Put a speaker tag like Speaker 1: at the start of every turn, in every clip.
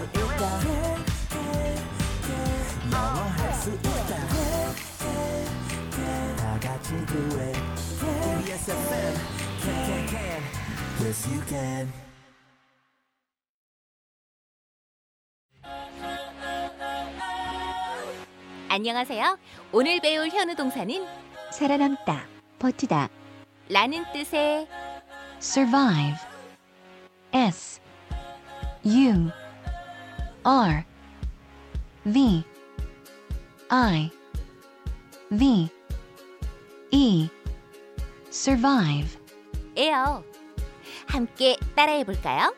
Speaker 1: 있다 영화할 수 있다 다 같이 do it KBS FM can can can yes you can
Speaker 2: 안녕하세요. 오늘 배울 현우 동사는
Speaker 3: 살아남다, 버티다,
Speaker 2: 라는 뜻의
Speaker 3: survive. S U R V I V E survive,
Speaker 2: 에요. 함께 따라해 볼까요?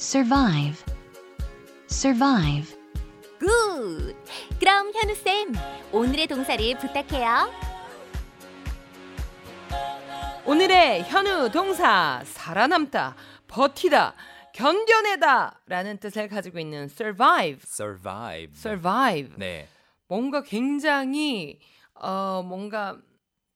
Speaker 3: survive, survive.
Speaker 2: 굿! 그럼 현우쌤, 오늘의 동사를 부탁해요.
Speaker 4: 오늘의 현우 동사 살아남다, 버티다, 견뎌내다라는 뜻을 가지고 있는 survive,
Speaker 5: survive.
Speaker 4: survive.
Speaker 5: 네.
Speaker 4: 뭔가 굉장히 어 뭔가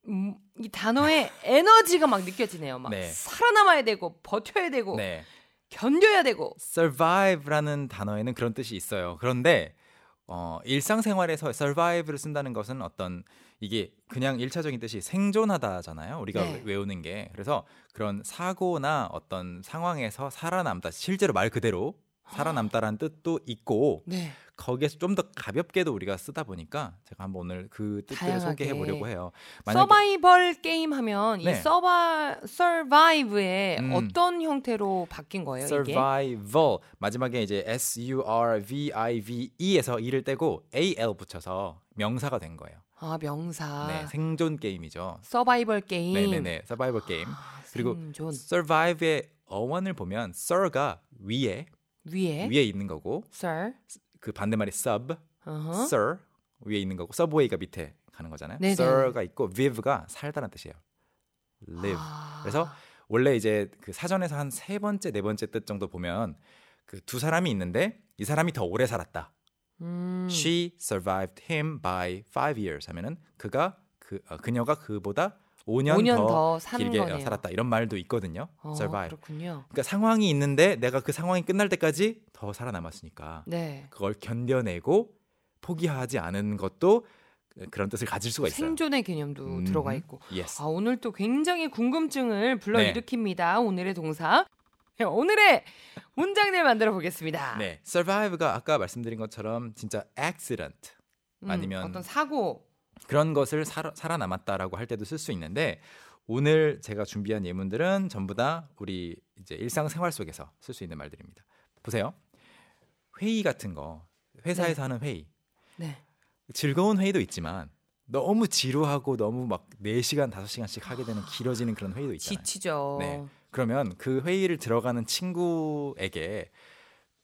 Speaker 4: 음, 이 단어의 에너지가 막 느껴지네요. 막
Speaker 5: 네.
Speaker 4: 살아남아야 되고 버텨야 되고
Speaker 5: 네.
Speaker 4: 견뎌야 되고.
Speaker 5: survive라는 단어에는 그런 뜻이 있어요. 그런데 어, 일상생활에서 survive를 쓴다는 것은 어떤 이게 그냥 일차적인 뜻이 생존하다잖아요. 우리가
Speaker 4: 네.
Speaker 5: 외우는 게. 그래서 그런 사고나 어떤 상황에서 살아남다. 실제로 말 그대로 살아남다라는 뜻도 있고
Speaker 4: 네.
Speaker 5: 거기에서 좀 더 가볍게도 우리가 쓰다 보니까 제가 한번 오늘 그 뜻들을
Speaker 4: 다양하게.
Speaker 5: 소개해 보려고 해요.
Speaker 4: 서바이벌 게임 하면
Speaker 5: 네.
Speaker 4: 이 서바 서바이브의
Speaker 5: 음.
Speaker 4: 어떤 형태로 바뀐 거예요, 이게?
Speaker 5: survival 마지막에 이제 S U R V I V E에서 E를 떼고 A L 붙여서 명사가 된 거예요.
Speaker 4: 아, 명사.
Speaker 5: 네, 생존 게임이죠.
Speaker 4: 서바이벌 게임.
Speaker 5: 네, 네, 네, 서바이벌 게임.
Speaker 4: 아,
Speaker 5: 그리고
Speaker 4: 생존
Speaker 5: survive의 어원을 보면 sir가 위에
Speaker 4: 위에
Speaker 5: 위에 있는 거고
Speaker 4: sir.
Speaker 5: 그 반대말이 sub,
Speaker 4: 예? 어허.
Speaker 5: sir 위에 있는 거고 subway가 밑에 가는 거잖아요.
Speaker 4: 네, 네.
Speaker 5: sir가 있고 vive가 살다라는 뜻이에요. live.
Speaker 4: 아,
Speaker 5: 그래서 원래 이제 그 사전에서 한 세 번째 네 번째 뜻 정도 보면 그 두 사람이 있는데 이 사람이 더 오래 살았다.
Speaker 4: 음,
Speaker 5: She survived him by five years 하면은 그가 그 어, 그녀가 그보다 5년,
Speaker 4: 5년
Speaker 5: 더,
Speaker 4: 더 사는
Speaker 5: 길게 어,
Speaker 4: 거네요.
Speaker 5: 살았다 이런 말도 있거든요.
Speaker 4: 어,
Speaker 5: survive.
Speaker 4: 그렇군요.
Speaker 5: 그러니까 상황이 있는데 내가 그 상황이 끝날 때까지 더 살아남았으니까
Speaker 4: 네.
Speaker 5: 그걸 견뎌내고 포기하지 않은 것도 그런 뜻을 가질 수가 있어요.
Speaker 4: 생존의 개념도
Speaker 5: 음,
Speaker 4: 들어가 있고.
Speaker 5: Yes.
Speaker 4: 아, 오늘 또 굉장히 궁금증을 불러일으킵니다. 오늘의 동사. 네, 오늘의 문장을 만들어 보겠습니다.
Speaker 5: 네, survive가 아까 말씀드린 것처럼 진짜 accident
Speaker 4: 음,
Speaker 5: 아니면
Speaker 4: 어떤 사고.
Speaker 5: 그런 것을 살아, 살아남았다라고 할 때도 쓸 수 있는데 오늘 제가 준비한 예문들은 전부 다 우리 이제 일상생활 속에서 쓸 수 있는 말들입니다. 보세요. 회의 같은 거 회사에서 하는 회의
Speaker 4: 네.
Speaker 5: 즐거운 회의도 있지만 너무 지루하고 너무 막 4시간 5시간씩 하게 되는 길어지는 그런 회의도 있잖아요.
Speaker 4: 아, 지치죠.
Speaker 5: 네. 그러면 그 회의를 들어가는 친구에게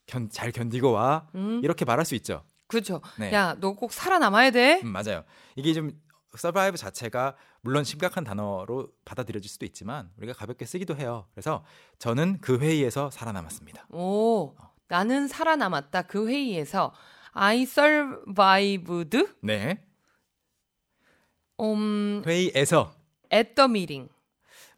Speaker 5: 견, 잘 견디고 와
Speaker 4: 음.
Speaker 5: 이렇게 말할 수 있죠.
Speaker 4: 그렇죠.
Speaker 5: 네.
Speaker 4: 야, 너 꼭 살아남아야 돼.
Speaker 5: 음, 맞아요. 이게 좀 서바이브 자체가 물론 심각한 단어로 받아들여질 수도 있지만 우리가 가볍게 쓰기도 해요. 그래서 저는 그 회의에서 살아남았습니다.
Speaker 4: 오, 나는 살아남았다. 그 회의에서 I survived
Speaker 5: 네.
Speaker 4: um,
Speaker 5: 회의에서
Speaker 4: at the meeting.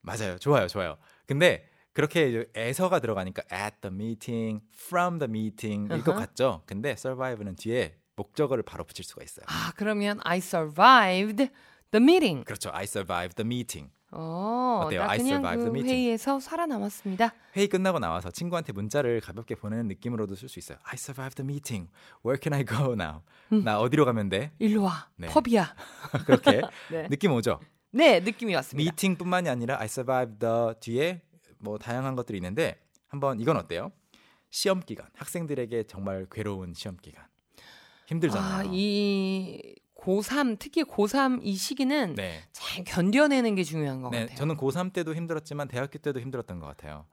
Speaker 5: 맞아요. 좋아요. 좋아요. 근데 그렇게 이제 에서가 들어가니까 at the meeting, from the meeting 일것
Speaker 4: 어허.
Speaker 5: 같죠. 근데 survive는 뒤에 목적어를 바로 붙일 수가 있어요.
Speaker 4: 아, 그러면 I survived the meeting.
Speaker 5: 그렇죠. I survived the meeting.
Speaker 4: 어,
Speaker 5: 어때요?
Speaker 4: 나
Speaker 5: I
Speaker 4: 그냥
Speaker 5: survived
Speaker 4: 그
Speaker 5: the meeting.
Speaker 4: 회의에서 살아남았습니다.
Speaker 5: 회의 끝나고 나와서 친구한테 문자를 가볍게 보내는 느낌으로도 쓸 수 있어요. I survived the meeting. Where can I go now? 나 어디로 가면 돼?
Speaker 4: 일로 와.
Speaker 5: 네.
Speaker 4: 펍이야.
Speaker 5: 그렇게
Speaker 4: 네.
Speaker 5: 느낌 오죠.
Speaker 4: 네, 느낌이 왔습니다.
Speaker 5: 미팅뿐만이 아니라 I survived the 뒤에 뭐 다양한 것들이 있는데 한번 이건 어때요? 시험 기간 학생들에게 정말 괴로운 시험 기간
Speaker 4: 아,
Speaker 5: 힘들잖아요.
Speaker 4: 이 고3, 특히 고3 이 시기는
Speaker 5: 네.
Speaker 4: 잘 견뎌내는 게 중요한 것
Speaker 5: 네,
Speaker 4: 같아요.
Speaker 5: 저는 고3 때도 힘들었지만 대학교 때도 힘들었던 것 같아요.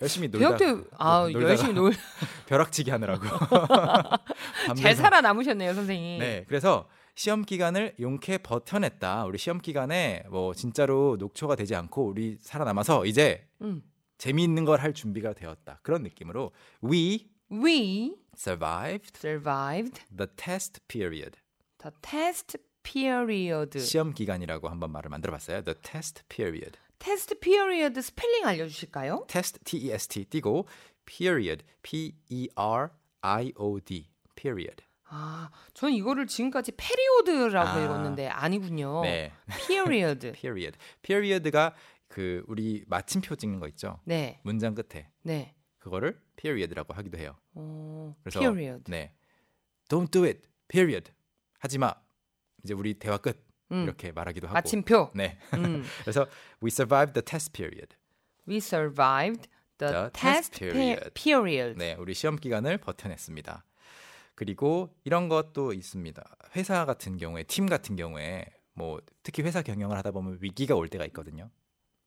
Speaker 5: 열심히
Speaker 4: 대학
Speaker 5: 놀다
Speaker 4: 때, 아,
Speaker 5: 놀다가
Speaker 4: 열심히 놀,
Speaker 5: 벼락치기 하느라고
Speaker 4: 잘
Speaker 5: 밤새서.
Speaker 4: 살아남으셨네요, 선생님.
Speaker 5: 네, 그래서 시험 기간을 용케 버텨냈다. 우리 시험 기간에 뭐 진짜로 녹초가 되지 않고 우리 살아남아서 이제
Speaker 4: 음.
Speaker 5: 재미있는 걸 할 준비가 되었다. 그런 느낌으로 we
Speaker 4: We
Speaker 5: survived
Speaker 4: survived
Speaker 5: the test period.
Speaker 4: the test period.
Speaker 5: 시험 기간이라고 한번 말을 만들어 봤어요. the test period.
Speaker 4: test period 스펠링 알려주실까요?
Speaker 5: test T E S T 띄고 period P E R I O D period.
Speaker 4: 아, 전 이거를 지금까지 페리오드라고
Speaker 5: 아.
Speaker 4: 읽었는데 아니군요.
Speaker 5: 네.
Speaker 4: period.
Speaker 5: period. period가 그 우리 마침표 찍는 거 있죠?
Speaker 4: 네,
Speaker 5: 문장 끝에
Speaker 4: 네.
Speaker 5: 그거를 period라고 하기도 해요.
Speaker 4: 어,
Speaker 5: 그래서
Speaker 4: period.
Speaker 5: 네. Don't do it. period. 하지 마. 이제 우리 대화 끝.
Speaker 4: 음.
Speaker 5: 이렇게 말하기도 하고.
Speaker 4: 마침표.
Speaker 5: 네.
Speaker 4: 음.
Speaker 5: 그래서 we survived the test period.
Speaker 4: We survived the,
Speaker 5: The
Speaker 4: test,
Speaker 5: test
Speaker 4: pe-
Speaker 5: period.
Speaker 4: period.
Speaker 5: 네, 우리 시험 기간을 버텨냈습니다. 그리고 이런 것도 있습니다. 회사 같은 경우에 팀 같은 경우에 뭐 특히 회사 경영을 하다 보면 위기가 올 때가 있거든요.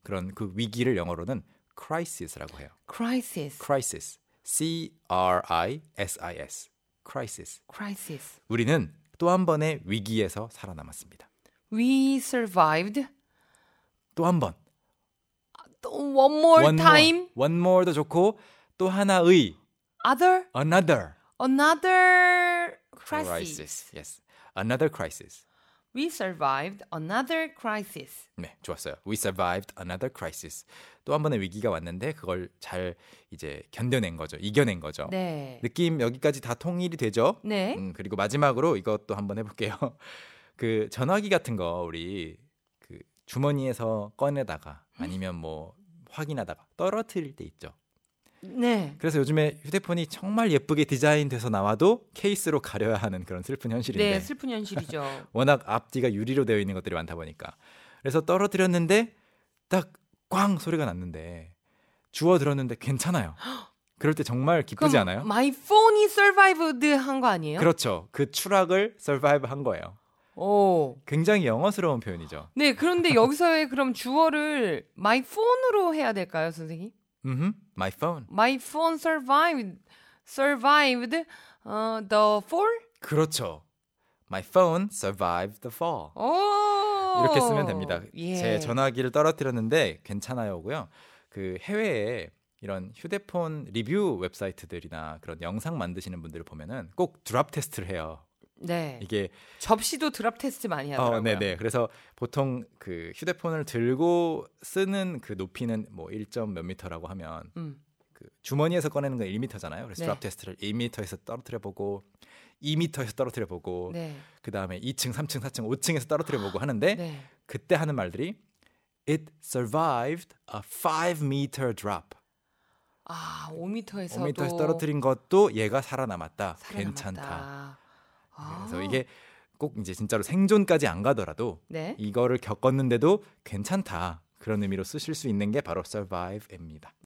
Speaker 5: 그런 그 위기를 영어로는 crisis라고 해요.
Speaker 4: crisis.
Speaker 5: crisis. C R I S I S. crisis.
Speaker 4: crisis.
Speaker 5: 우리는 또 한 번의 위기에서 살아남았습니다.
Speaker 4: We survived
Speaker 5: 또 한 번.
Speaker 4: one more time
Speaker 5: more. one more도 좋고 또 하나의
Speaker 4: other
Speaker 5: another
Speaker 4: another crisis.
Speaker 5: Yes. another crisis.
Speaker 4: We survived another crisis.
Speaker 5: 네, 좋았어요. We survived another crisis. 또 한 번의 위기가 왔는데 그걸 잘 이제 견뎌낸 거죠. 이겨낸 거죠.
Speaker 4: 네.
Speaker 5: 느낌 여기까지 다 통일이 되죠?
Speaker 4: 네.
Speaker 5: 음, 그리고 마지막으로 이것도 한번 해볼게요. 그 전화기 같은 거 우리 그 주머니에서 꺼내다가 아니면 뭐 확인하다가 떨어뜨릴 때 있죠.
Speaker 4: 네.
Speaker 5: 그래서 요즘에 휴대폰이 정말 예쁘게 디자인돼서 나와도 케이스로 가려야 하는 그런 슬픈 현실인데
Speaker 4: 네, 슬픈 현실이죠.
Speaker 5: 워낙 앞뒤가 유리로 되어 있는 것들이 많다 보니까 그래서 떨어뜨렸는데 딱 꽝 소리가 났는데 주워 들었는데 괜찮아요. 그럴 때 정말 기쁘지
Speaker 4: 그럼
Speaker 5: 않아요?
Speaker 4: My phone이 survived 한 거 아니에요?
Speaker 5: 그렇죠. 그 추락을 survive 한 거예요.
Speaker 4: 오.
Speaker 5: 굉장히 영어스러운 표현이죠.
Speaker 4: 네, 그런데 여기서의 그럼 주어를 my phone으로 해야 될까요, 선생님?
Speaker 5: 음, my phone.
Speaker 4: My phone survived survived 어, the fall?
Speaker 5: 그렇죠. My phone survived the fall.
Speaker 4: 오.
Speaker 5: 이렇게 쓰면 됩니다.
Speaker 4: 예.
Speaker 5: 제 전화기를 떨어뜨렸는데 괜찮아요고요. 그 해외에 이런 휴대폰 리뷰 웹사이트들이나 그런 영상 만드시는 분들을 보면은 꼭 드랍 테스트를 해요.
Speaker 4: 네.
Speaker 5: 이게
Speaker 4: 접시도 드랍 테스트 많이 하더라고요.
Speaker 5: 어, 네네. 그래서 보통 그 휴대폰을 들고 쓰는 그 높이는 뭐 1점 몇 미터라고 하면
Speaker 4: 음.
Speaker 5: 그 주머니에서 꺼내는 건 1미터잖아요. 그래서
Speaker 4: 네.
Speaker 5: 드랍 테스트를 1미터에서 떨어뜨려 보고 2미터에서 떨어뜨려 보고
Speaker 4: 네.
Speaker 5: 그 다음에 2층, 3층, 4층, 5층에서 떨어뜨려 보고 하는데
Speaker 4: 네.
Speaker 5: 그때 하는 말들이 It survived a 5m drop.
Speaker 4: 아, 5m에서도
Speaker 5: 5m에서 떨어뜨린 것도 얘가 살아남았다. 아. 괜찮다. 네, 그래서 이게 꼭 이제 진짜로 생존까지 안 가더라도
Speaker 4: 네.
Speaker 5: 이거를 겪었는데도 괜찮다. 그런 의미로 쓰실 수 있는 게 바로 survive입니다.